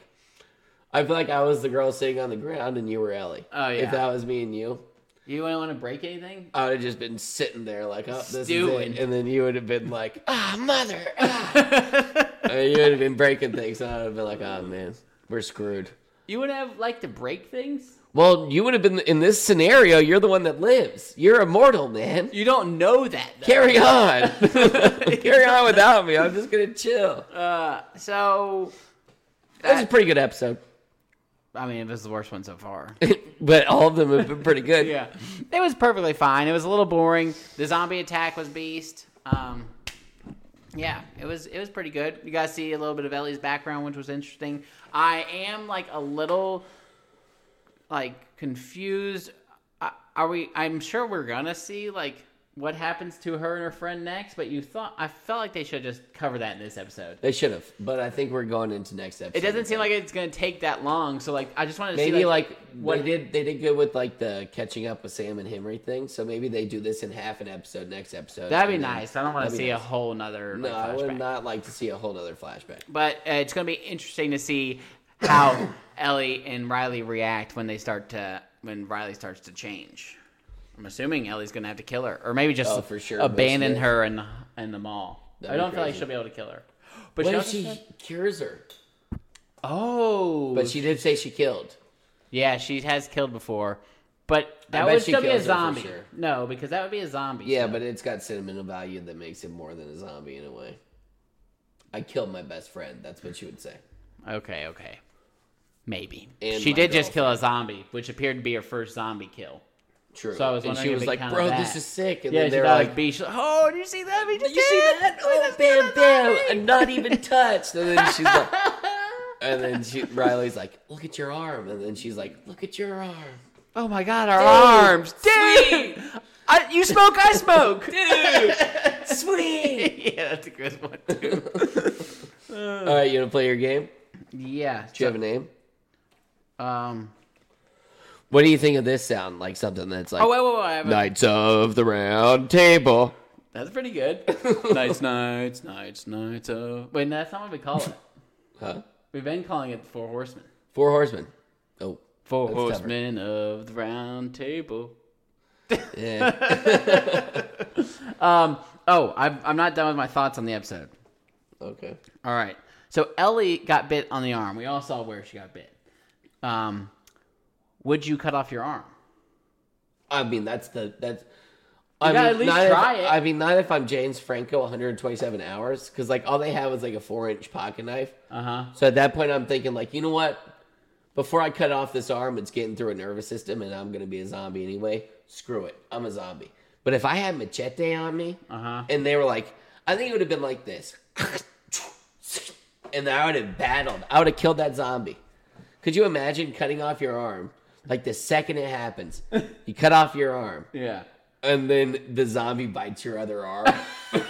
I feel like I was the girl sitting on the ground, and you were Ellie. Oh, yeah. If that was me and you, You don't want to break anything? I would have just been sitting there like, oh, this Stewing. is it. And then you would have been like, ah, mother. ah." I mean, you would have been breaking things. And I would have been like, oh, man, we're screwed. You would have liked to break things? Well, you would have been in this scenario. You're the one that lives. You're immortal, man. You don't know that. Though. Carry on. Carry on without me. I'm just going to chill. Uh, so, That was a pretty good episode. I mean, it was the worst one so far. but all of them have been pretty good. yeah, it was perfectly fine. It was a little boring. The zombie attack was beast. Um, yeah, it was it was pretty good. You guys see a little bit of Ellie's background, which was interesting. I am like a little like confused. Uh, Are we? I'm sure we're gonna see like what happens to her and her friend next. But you thought I felt like they should just cover that in this episode. They should have. But I think we're going into next episode. It doesn't seem like it's gonna take that long. So like, I just wanted to Maybe see like, what what- they did they did good with like the catching up with Sam and Henry thing. So maybe they do this in half an episode next episode. that'd be and then- nice. I don't want to That'd be see a nice. whole nother. No, like, I would flashback. not like to see a whole nother flashback. But uh, it's going to be interesting to see how Ellie and Riley react when they start to when Riley starts to change. I'm assuming Ellie's going to have to kill her, or maybe just Oh, for sure, abandon most of it. her in the, in the mall. That'd I be don't feel like crazy. she'll be able to kill her. But What she if also she said- cures her? oh, But she did say she killed. yeah, she has killed before. But that bet would she still be a kills her for zombie. sure. No, because that would be a zombie. Yeah, still. but it's got sentimental value that makes it more than a zombie in a way. I killed my best friend. That's what she would say. okay, okay, maybe And she my did just kill a zombie, which appeared to be her first zombie kill. True. So I was and wondering she if was it like, counted "Bro, that." this is sick." And yeah, then she they're thought like, like, be she's like, oh, do you see that? We just "You see did it! that? We Oh, just did bam, it! bam! Not even touched." And then she's like, and then she, Riley's like, "Look at your arm," and then she's like, "Look at your arm." Oh my god, our arms, sweet. dude! I, you smoke, I smoke, Dude, sweet. yeah, that's a good one too. All right, you want to play your game? yeah. Do you have a name? um. What do you think of this sound? Like something that's like Oh wait, wait, wait. I have a- Knights of the Round Table. That's pretty good. nights, nights, nights, nights. Oh, wait, no, that's not what we call it. Huh? We've been calling it the Four Horsemen. Four Horsemen. Oh, Four That's tougher. Horsemen of the Round Table. yeah. Um. Oh, I'm I'm not done with my thoughts on the episode. okay. All right. So Ellie got bit on the arm. We all saw where she got bit. Um, would you cut off your arm? I mean, that's the that's. I gotta at least not try if, it. I mean, not if I'm James Franco, 127 hours, because like all they had was like a four-inch pocket knife. Uh huh. So at that point, I'm thinking like, you know what? Before I cut off this arm, it's getting through a nervous system, and I'm gonna be a zombie anyway. Screw it, I'm a zombie. But if I had machete on me, Uh-huh. and they were like, I think it would have been like this, and I would have battled. I would have killed that zombie. Could you imagine cutting off your arm? Like the second it happens, you cut off your arm, Yeah. and then the zombie bites your other arm.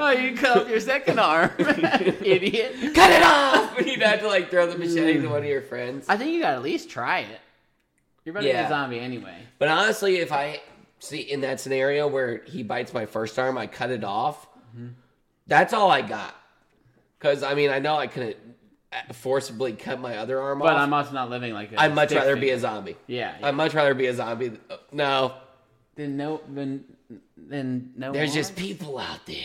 Oh, you cut off your second arm, idiot. cut it off! You'd have to like throw the machete to one of your friends. I think you got to at least try it. You're better than Yeah. a zombie anyway. But honestly, if I see in that scenario where he bites my first arm, I cut it off. Mm-hmm. That's all I got. Because I mean, I know I couldn't uh, forcibly cut my other arm But off. I'm also not living like. i I'd much rather be a zombie. Yeah. I'd much rather be a zombie. th- uh, No, Then no. Then then no. there's just arm? people out there.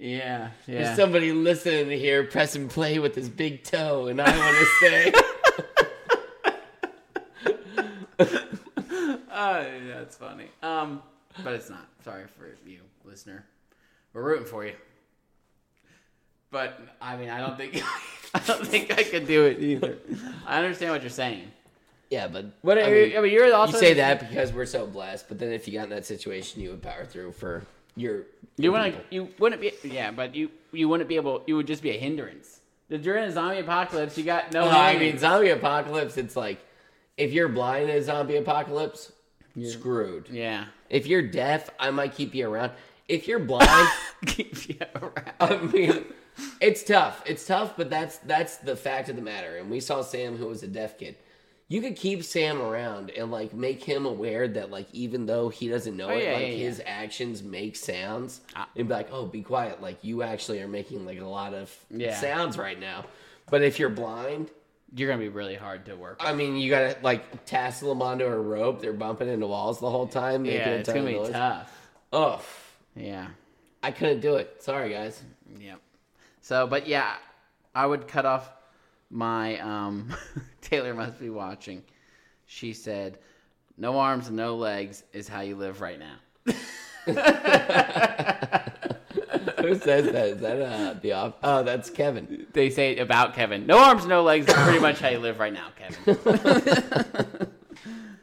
Yeah. There's Yeah. somebody listening to here pressing play with his big toe, and I want to say, Oh, yeah, that's funny. Um, but it's not. Sorry for you, listener. We're rooting for you. But I mean, I don't think I don't think I could do it either. I understand what you're saying. yeah, but But uh, I I mean, mean, you're also you say that because we're so blessed. But then if you got in that situation, you would power through for your You wouldn't. You wouldn't be. Yeah, but you you wouldn't be able. You would just be a hindrance. During a zombie apocalypse, you got no. Well, Oh, I hands. mean, zombie apocalypse, it's like if you're blind in a zombie apocalypse, screwed. yeah. If you're deaf, I might keep you around. If you're blind, Keep you around. I mean, it's tough. It's tough, but that's that's the fact of the matter. And we saw Sam, who was a deaf kid. You could keep Sam around and like make him aware that like even though he doesn't know it, Oh, yeah, like yeah, Ah. his actions make sounds, and be like, "Oh, be quiet! Like you actually are making like a lot of Yeah. sounds right now." But if you're blind, You're gonna be really hard to work. with. I mean, you gotta like tassel them onto a rope. They're bumping into walls the whole time. making Yeah, a it's ton gonna of be noise. tough. Ugh, Yeah. I couldn't do it. Sorry, guys. Yep. So, but yeah, I would cut off my um Taylor must be watching. She said, "No arms and no legs is how you live right now." Who says that? Is that uh, the off? Oh, that's Kevin. They say it about Kevin. No arms, no legs is pretty much how you live right now, Kevin.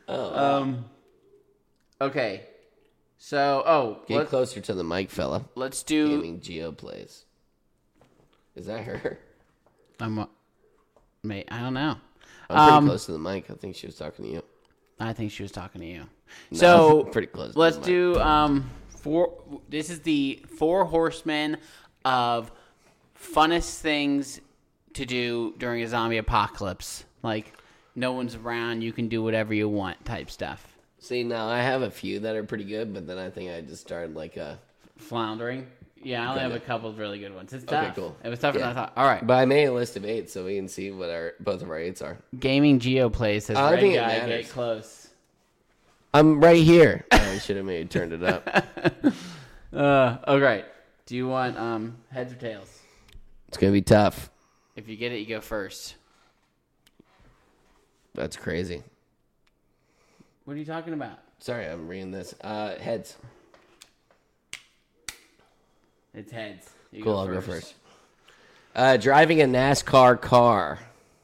Oh, Um okay. So, oh, Get let, closer to the mic, fella. let's do Gaming Geo plays. Is that her? I'm a- mate, I don't know. I'm pretty Um, close to the mic. I think she was talking to you. I think she was talking to you. so pretty close to Let's the mic. do um four. This is the four horsemen of funnest things to do during a zombie apocalypse. Like no one's around, you can do whatever you want type stuff. See, now I have a few that are pretty good, but then I think I just started like uh, a. Floundering. Yeah, I only have a Gotcha. couple of really good ones. It's tough. cool. It was tougher than I Yeah. thought. All right, But I made a list of eight, so we can see what our both of our eights are. gaming geo plays says I red think it guy matters. get close. I'm right here. Oh, I should have made turned it up. Uh, all right. Do you want um heads or tails? It's gonna be tough. If you get it, you go first. That's crazy. What are you talking about? Sorry, I'm reading this. Uh, heads. It's heads. You Cool, I'll go first. Uh, driving a NASCAR car.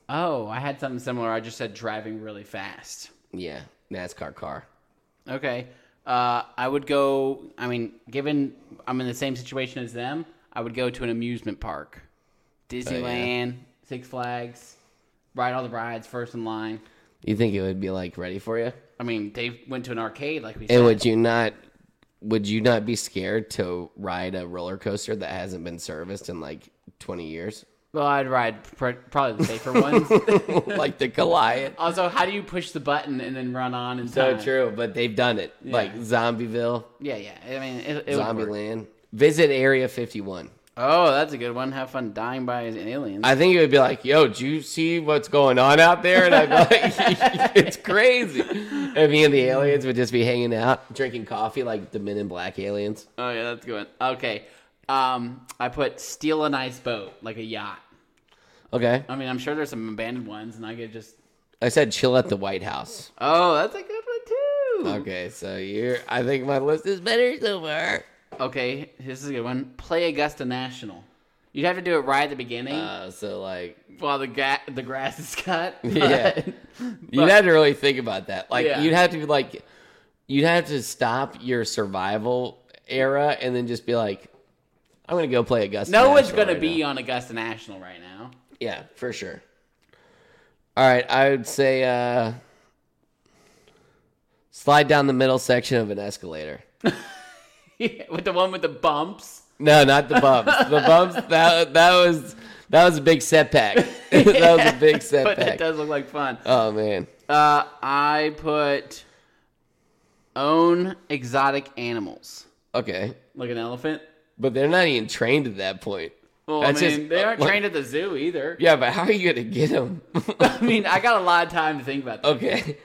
Oh, I had something similar. I just said driving really fast. Yeah, NASCAR car. Okay. Uh, I would go. I mean, given I'm in the same situation as them, I would go to an amusement park, Oh, Disneyland, Six Flags, ride all the rides, first in line. You think it would be like ready for you? I mean, they went to an arcade, like we said. And would you not? Would you not be scared to ride a roller coaster that hasn't been serviced in like 20 years, well, I'd ride pr- probably the safer ones. like the Goliath? also, how do you push the button and then run on and So true, but they've done it. Like Zombieville, Yeah, yeah. I mean, it, it would work. Zombieland. Visit Area 51. Oh, that's a good one. Have fun dying by an alien. I think it would be like, yo, do you see what's going on out there? And I'd be like, it's crazy. And me and the aliens would just be hanging out, drinking coffee like the men in black aliens. Oh yeah, that's a good. One. Okay, um, I put steal a nice boat, like a yacht. Okay. I mean, I'm sure there's some abandoned ones, and I could just. I said chill at the White House. Oh, that's a good one too. Okay, so you're, I think my list is better so far. Okay, this is a good one. Play Augusta National. You'd have to do it right at the beginning Uh, so, like, while the ga- the grass is cut. Yeah. you'd have to really think about that. Like, Yeah. you'd have to be like, you'd have to stop your survival era and then just be like, I'm going to go play Augusta. no one's National gonna right now. be on Augusta National right now. Yeah, for sure. All right, I would say uh slide down the middle section of an escalator. with the one with the bumps. No, not the bumps. the bumps that that was that was a big setback. that was a big But that setback. does look like fun. Oh man. Uh, I put own exotic animals, Okay. like an elephant. But they're not even trained at that point. Well, That's I mean, just- they aren't like- trained at the zoo either. Yeah, but how are you going to get them? I mean, I got a lot of time to think about that. okay.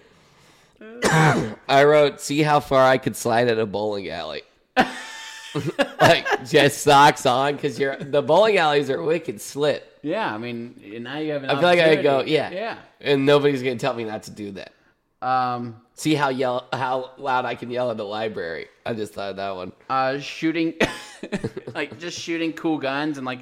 I wrote see how far I could slide at a bowling alley. like just socks on cuz you're the bowling alleys are wicked slip. Yeah, I mean, and now you have an. I feel like I opportunity. could go, yeah, yeah. and nobody's gonna tell me not to do that. Um, See how yell how loud I can yell at the library. I just thought of that one. uh, shooting, like just shooting cool guns and like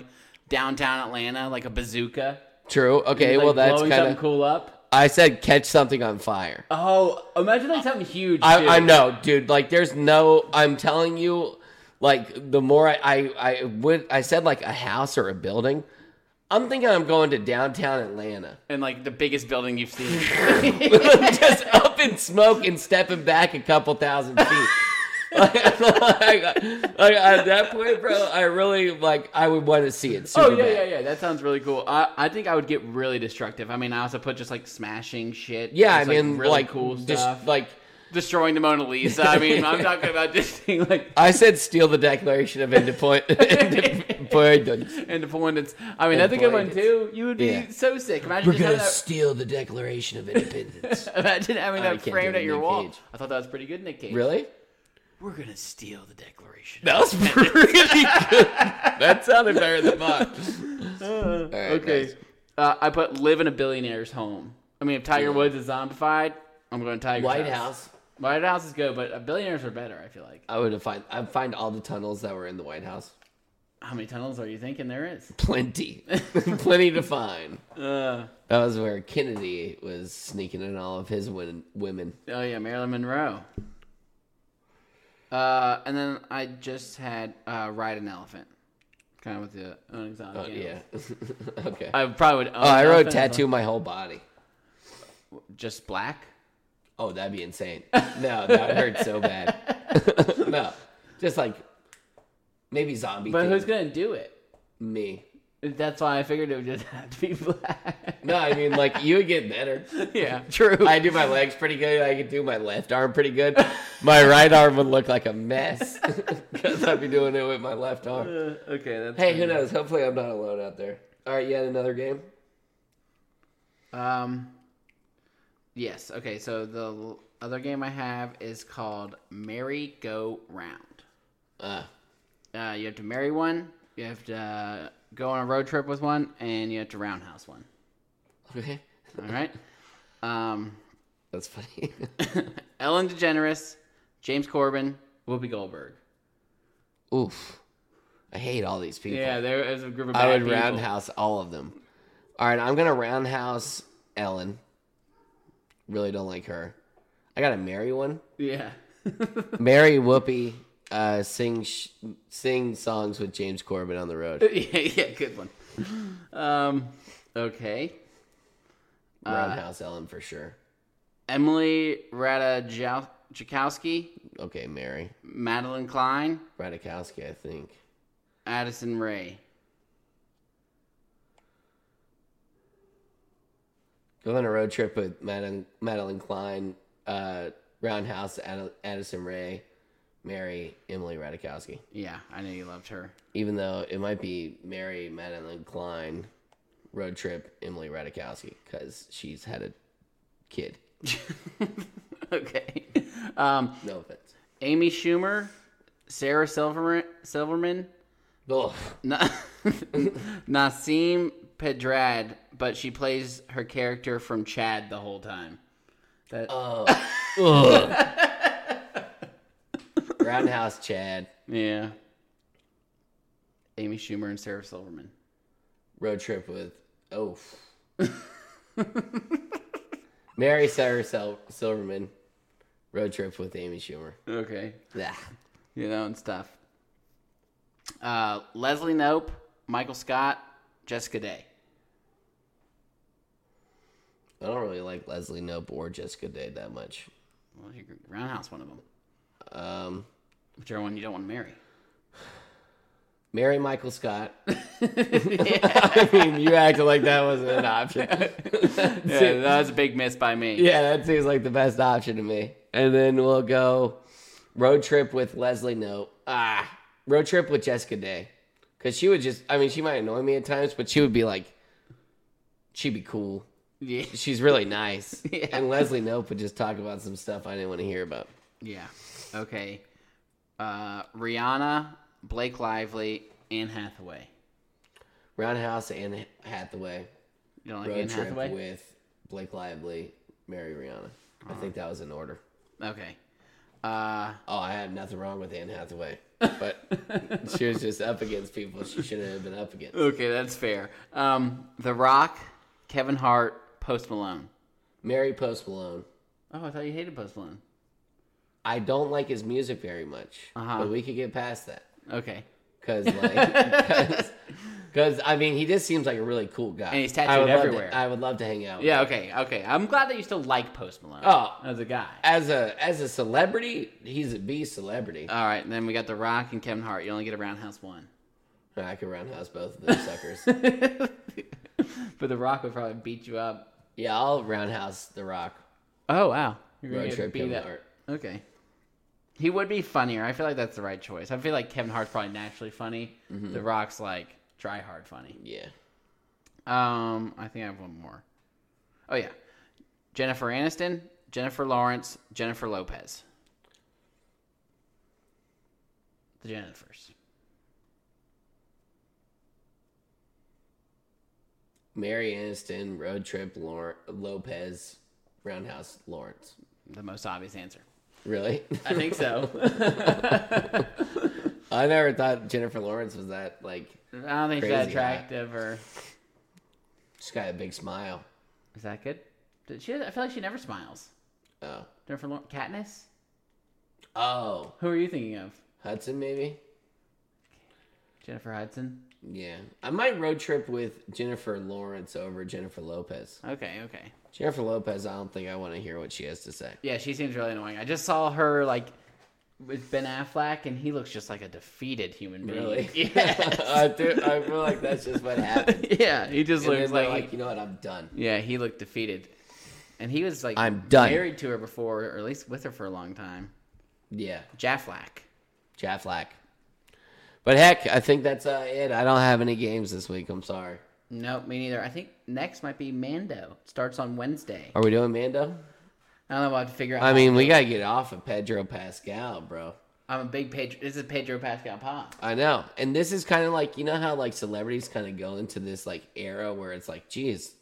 downtown Atlanta, like a bazooka. True. Okay. like, well, that's blowing kind of. something cool up. I said catch something on fire. Oh, imagine like something huge. I, too. I know, dude. Like, there's no. I'm telling you, Like the more I, I, I would, I said like a house or a building. I'm thinking I'm going to downtown Atlanta, And like the biggest building you've seen. just up in smoke and stepping back a couple thousand feet. like, like, at that point, bro, I really like. I would want to see it. Super oh yeah, bad. yeah, yeah. That sounds really cool. I, I think I would get really destructive. I mean, I also put just like smashing shit. Yeah, I just, mean, really like cool just, stuff. Like Destroying the Mona Lisa. I mean, I'm talking about just being like I said, steal the Declaration of Independence. independence. I mean, that's a good one too. You would be Yeah. so sick. Imagine just having that, steal the Declaration of Independence. imagine having I that can't do framed it, at your Nick wall. Cage. I thought that was pretty good, Nick Cage. really? We're gonna steal the Declaration. That was pretty good. That sounded better than mine. okay. nice. Uh, I put live in a billionaire's home. I mean, if Tiger Woods is zombified, I'm going Tiger. White House. White House is good, but uh, billionaires are better. I feel like. I would have find I'd find all the tunnels that were in the White House. How many tunnels are you thinking there is? Plenty, plenty to find. Uh, That was where Kennedy was sneaking in all of his win- women. oh yeah, Marilyn Monroe. Uh, and then I just had uh, ride an elephant, kind of with the own exotic. Oh, yeah. animals. okay. I probably would. Own oh, I an wrote elephant as tattoo my whole body. well. Just black. Oh, that'd be insane. No, that hurts so bad. no, just like maybe zombie. But thing. who's gonna do it? me? That's why I figured it would just have to be black. No, I mean like you would get better. yeah. True. I do my legs pretty good. I could do my left arm pretty good. My right arm would look like a mess because I'd be doing it with my left arm. Uh, okay, that's Hey, who knows? Hopefully, I'm not alone out there. All right, you had another game. Um. Yes. Okay. So the l- other game I have is called Merry Go Round. Uh, Uh, you have to marry one. You have to uh, go on a road trip with one, and you have to roundhouse one. okay, All right. um, that's funny. Ellen DeGeneres, James Corbin, Whoopi Goldberg. Oof, I hate all these people. Yeah, there is a group of. Bad I would people. roundhouse all of them. All right, I'm gonna roundhouse Ellen. Really don't like her. I gotta marry one. Yeah. Marry Whoopi. Uh, sing sh- sing songs with James Corbin on the road. yeah. Yeah. Good one. Um. Okay. Roundhouse Ellen for sure. Emily Ratajkowski, Okay, Mary Madeline Klein, Radikowski, I think. Addison Ray. Go on a road trip with Madeline, Madeline Klein, uh, Roundhouse Ad- Addison Ray, Mary Emily Radikowski. Yeah, I knew you loved her. even though it might be Mary Madeline Klein, road trip Emily Radikowski because she's had a kid. okay. Um, No offense. Amy Schumer, Sarah Silverman, Silverman Ugh. Na- Nassim Pedrad, but she plays her character from Chad the whole time. That, Roundhouse Chad, yeah. Amy Schumer and Sarah Silverman. road trip with oh. Mary Sarah Sil- Silverman, road trip with Amy Schumer. Okay. Blah. You know, and stuff. Uh, Leslie Nope, Michael Scott, Jessica Day. I don't really like Leslie Nope or Jessica Day that much. Well, you roundhouse one of them. Um, Whichever one you don't want to marry. marry Michael Scott. I mean, you acted like that wasn't an option. Yeah, that was a big miss by me. Yeah, that seems like the best option to me. And then we'll go road trip with Leslie Nope. Ah, road trip with Jessica Day. Because she would just, I mean, she might annoy me at times, but she would be like, she'd be cool. Yeah. She's really nice. And Leslie Nope would just talk about some stuff I didn't want to hear about. Yeah. Okay. Uh, Rihanna, Blake Lively, Anne Hathaway. Roundhouse and Hathaway. You don't like Road Anne trip Hathaway? with Blake Lively, Mary Rihanna. I think that was in order. Okay. Uh, Oh, I had nothing wrong with Anne Hathaway, but she was just up against people she shouldn't have been up against. okay, that's fair. Um, The Rock, Kevin Hart, Post Malone. Mary Post Malone. Oh, I thought you hated Post Malone. I don't like his music very much, Uh-huh. but we could get past that. Okay. Cause like, cause, 'cause, I mean, he just seems like a really cool guy. And he's I tattooed would love to- everywhere. I would love to hang out. with Yeah. Okay. Okay. I'm glad that you still like Post Malone. Oh. as a guy. as a as a celebrity, he's a B celebrity. All right. And then we got The Rock and Kevin Hart. You only get a roundhouse one. I could roundhouse both of those suckers. But The Rock would probably beat you up. yeah, I'll roundhouse The Rock. Oh wow. You're Road gonna trip get beat Kevin up. Hart. Okay. He would be funnier. I feel like that's the right choice. I feel like Kevin Hart's probably naturally funny. The Rock's like try hard funny. Yeah. Um, I think I have one more. Oh yeah, Jennifer Aniston, Jennifer Lawrence, Jennifer Lopez. The Jennifers. Mary Aniston, road trip Lor- Lopez, roundhouse Lawrence. The most obvious answer. Really? I think so. I never thought Jennifer Lawrence was that like I don't think she's Crazy that attractive or she's got a big smile. is that good? Did she? I feel like she never smiles. Oh. Jennifer Lawrence, Katniss. Oh. Who are you thinking of? Hudson maybe? Jennifer Hudson. Yeah. I might road trip with Jennifer Lawrence over Jennifer Lopez. Okay, okay. Jennifer Lopez, I don't think I want to hear what she has to say. Yeah, she seems really annoying. I just saw her like with Ben Affleck, and he looks just like a defeated human being. Really? Yeah. I, do, I feel like that's just what happened. yeah, he just And then looks they're like, like, you know what, I'm done. yeah, he looked defeated, and he was like I'm done. married to her before, or at least with her for a long time. Yeah. Jafflack. Jaflack. But heck, I think that's uh, it. I don't have any games this week. I'm sorry. Nope, me neither. I think next might be Mando. It starts on Wednesday. Are we doing Mando? I don't know. We'll have to figure out. I mean, we gotta get off of Pedro Pascal, bro. I'm a big Pedro. This is Pedro Pascal Pop. I know, and this is kind of like you know how like celebrities kind of go into this like era where it's like, geez,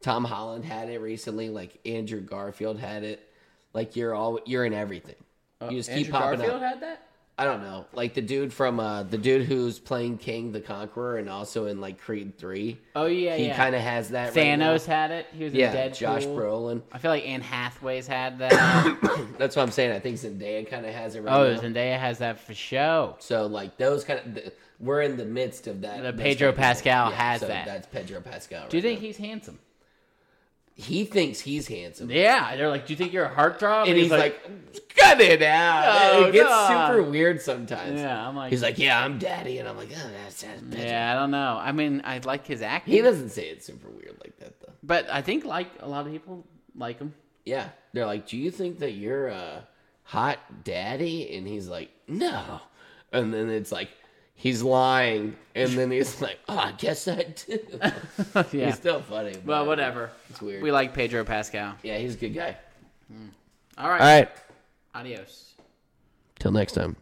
Tom Holland had it recently, like Andrew Garfield had it, like you're all you're in everything. You just keep Uh, Andrew popping Garfield up. had that. I don't know, like the dude from uh the dude who's playing King the Conqueror and also in like Creed Three. Oh yeah, he yeah. kind of has that. right now. Thanos had it. He was in yeah, Deadpool. Josh Brolin. I feel like Anne Hathaway's had that. That's what I'm saying. I think Zendaya kind of has it right oh, now. Zendaya has that for show. So like those kind of th- we're in the midst of that. The those Pedro kind of people. Pascal has that. That's Pedro Pascal. Right Do you think now. he's handsome? he thinks he's handsome? Yeah, they're like, do you think you're a heartthrob? and he's like, cut it out. No, And it gets no. super weird sometimes. yeah, I'm like, He's like, yeah, I'm daddy, and I'm like, oh, that's, that's Pedro. yeah, I don't know. I mean, I like his acting, He doesn't say it super weird like that though. but I think like a lot of people like him. Yeah, they're like, do you think that you're a hot daddy? And he's like, no. And then it's like, he's lying, and then he's like, oh, I guess I do. yeah. He's still funny. but Well, whatever. It's weird. We like Pedro Pascal. Yeah, he's a good guy. All right. All right. Adios. Till next time.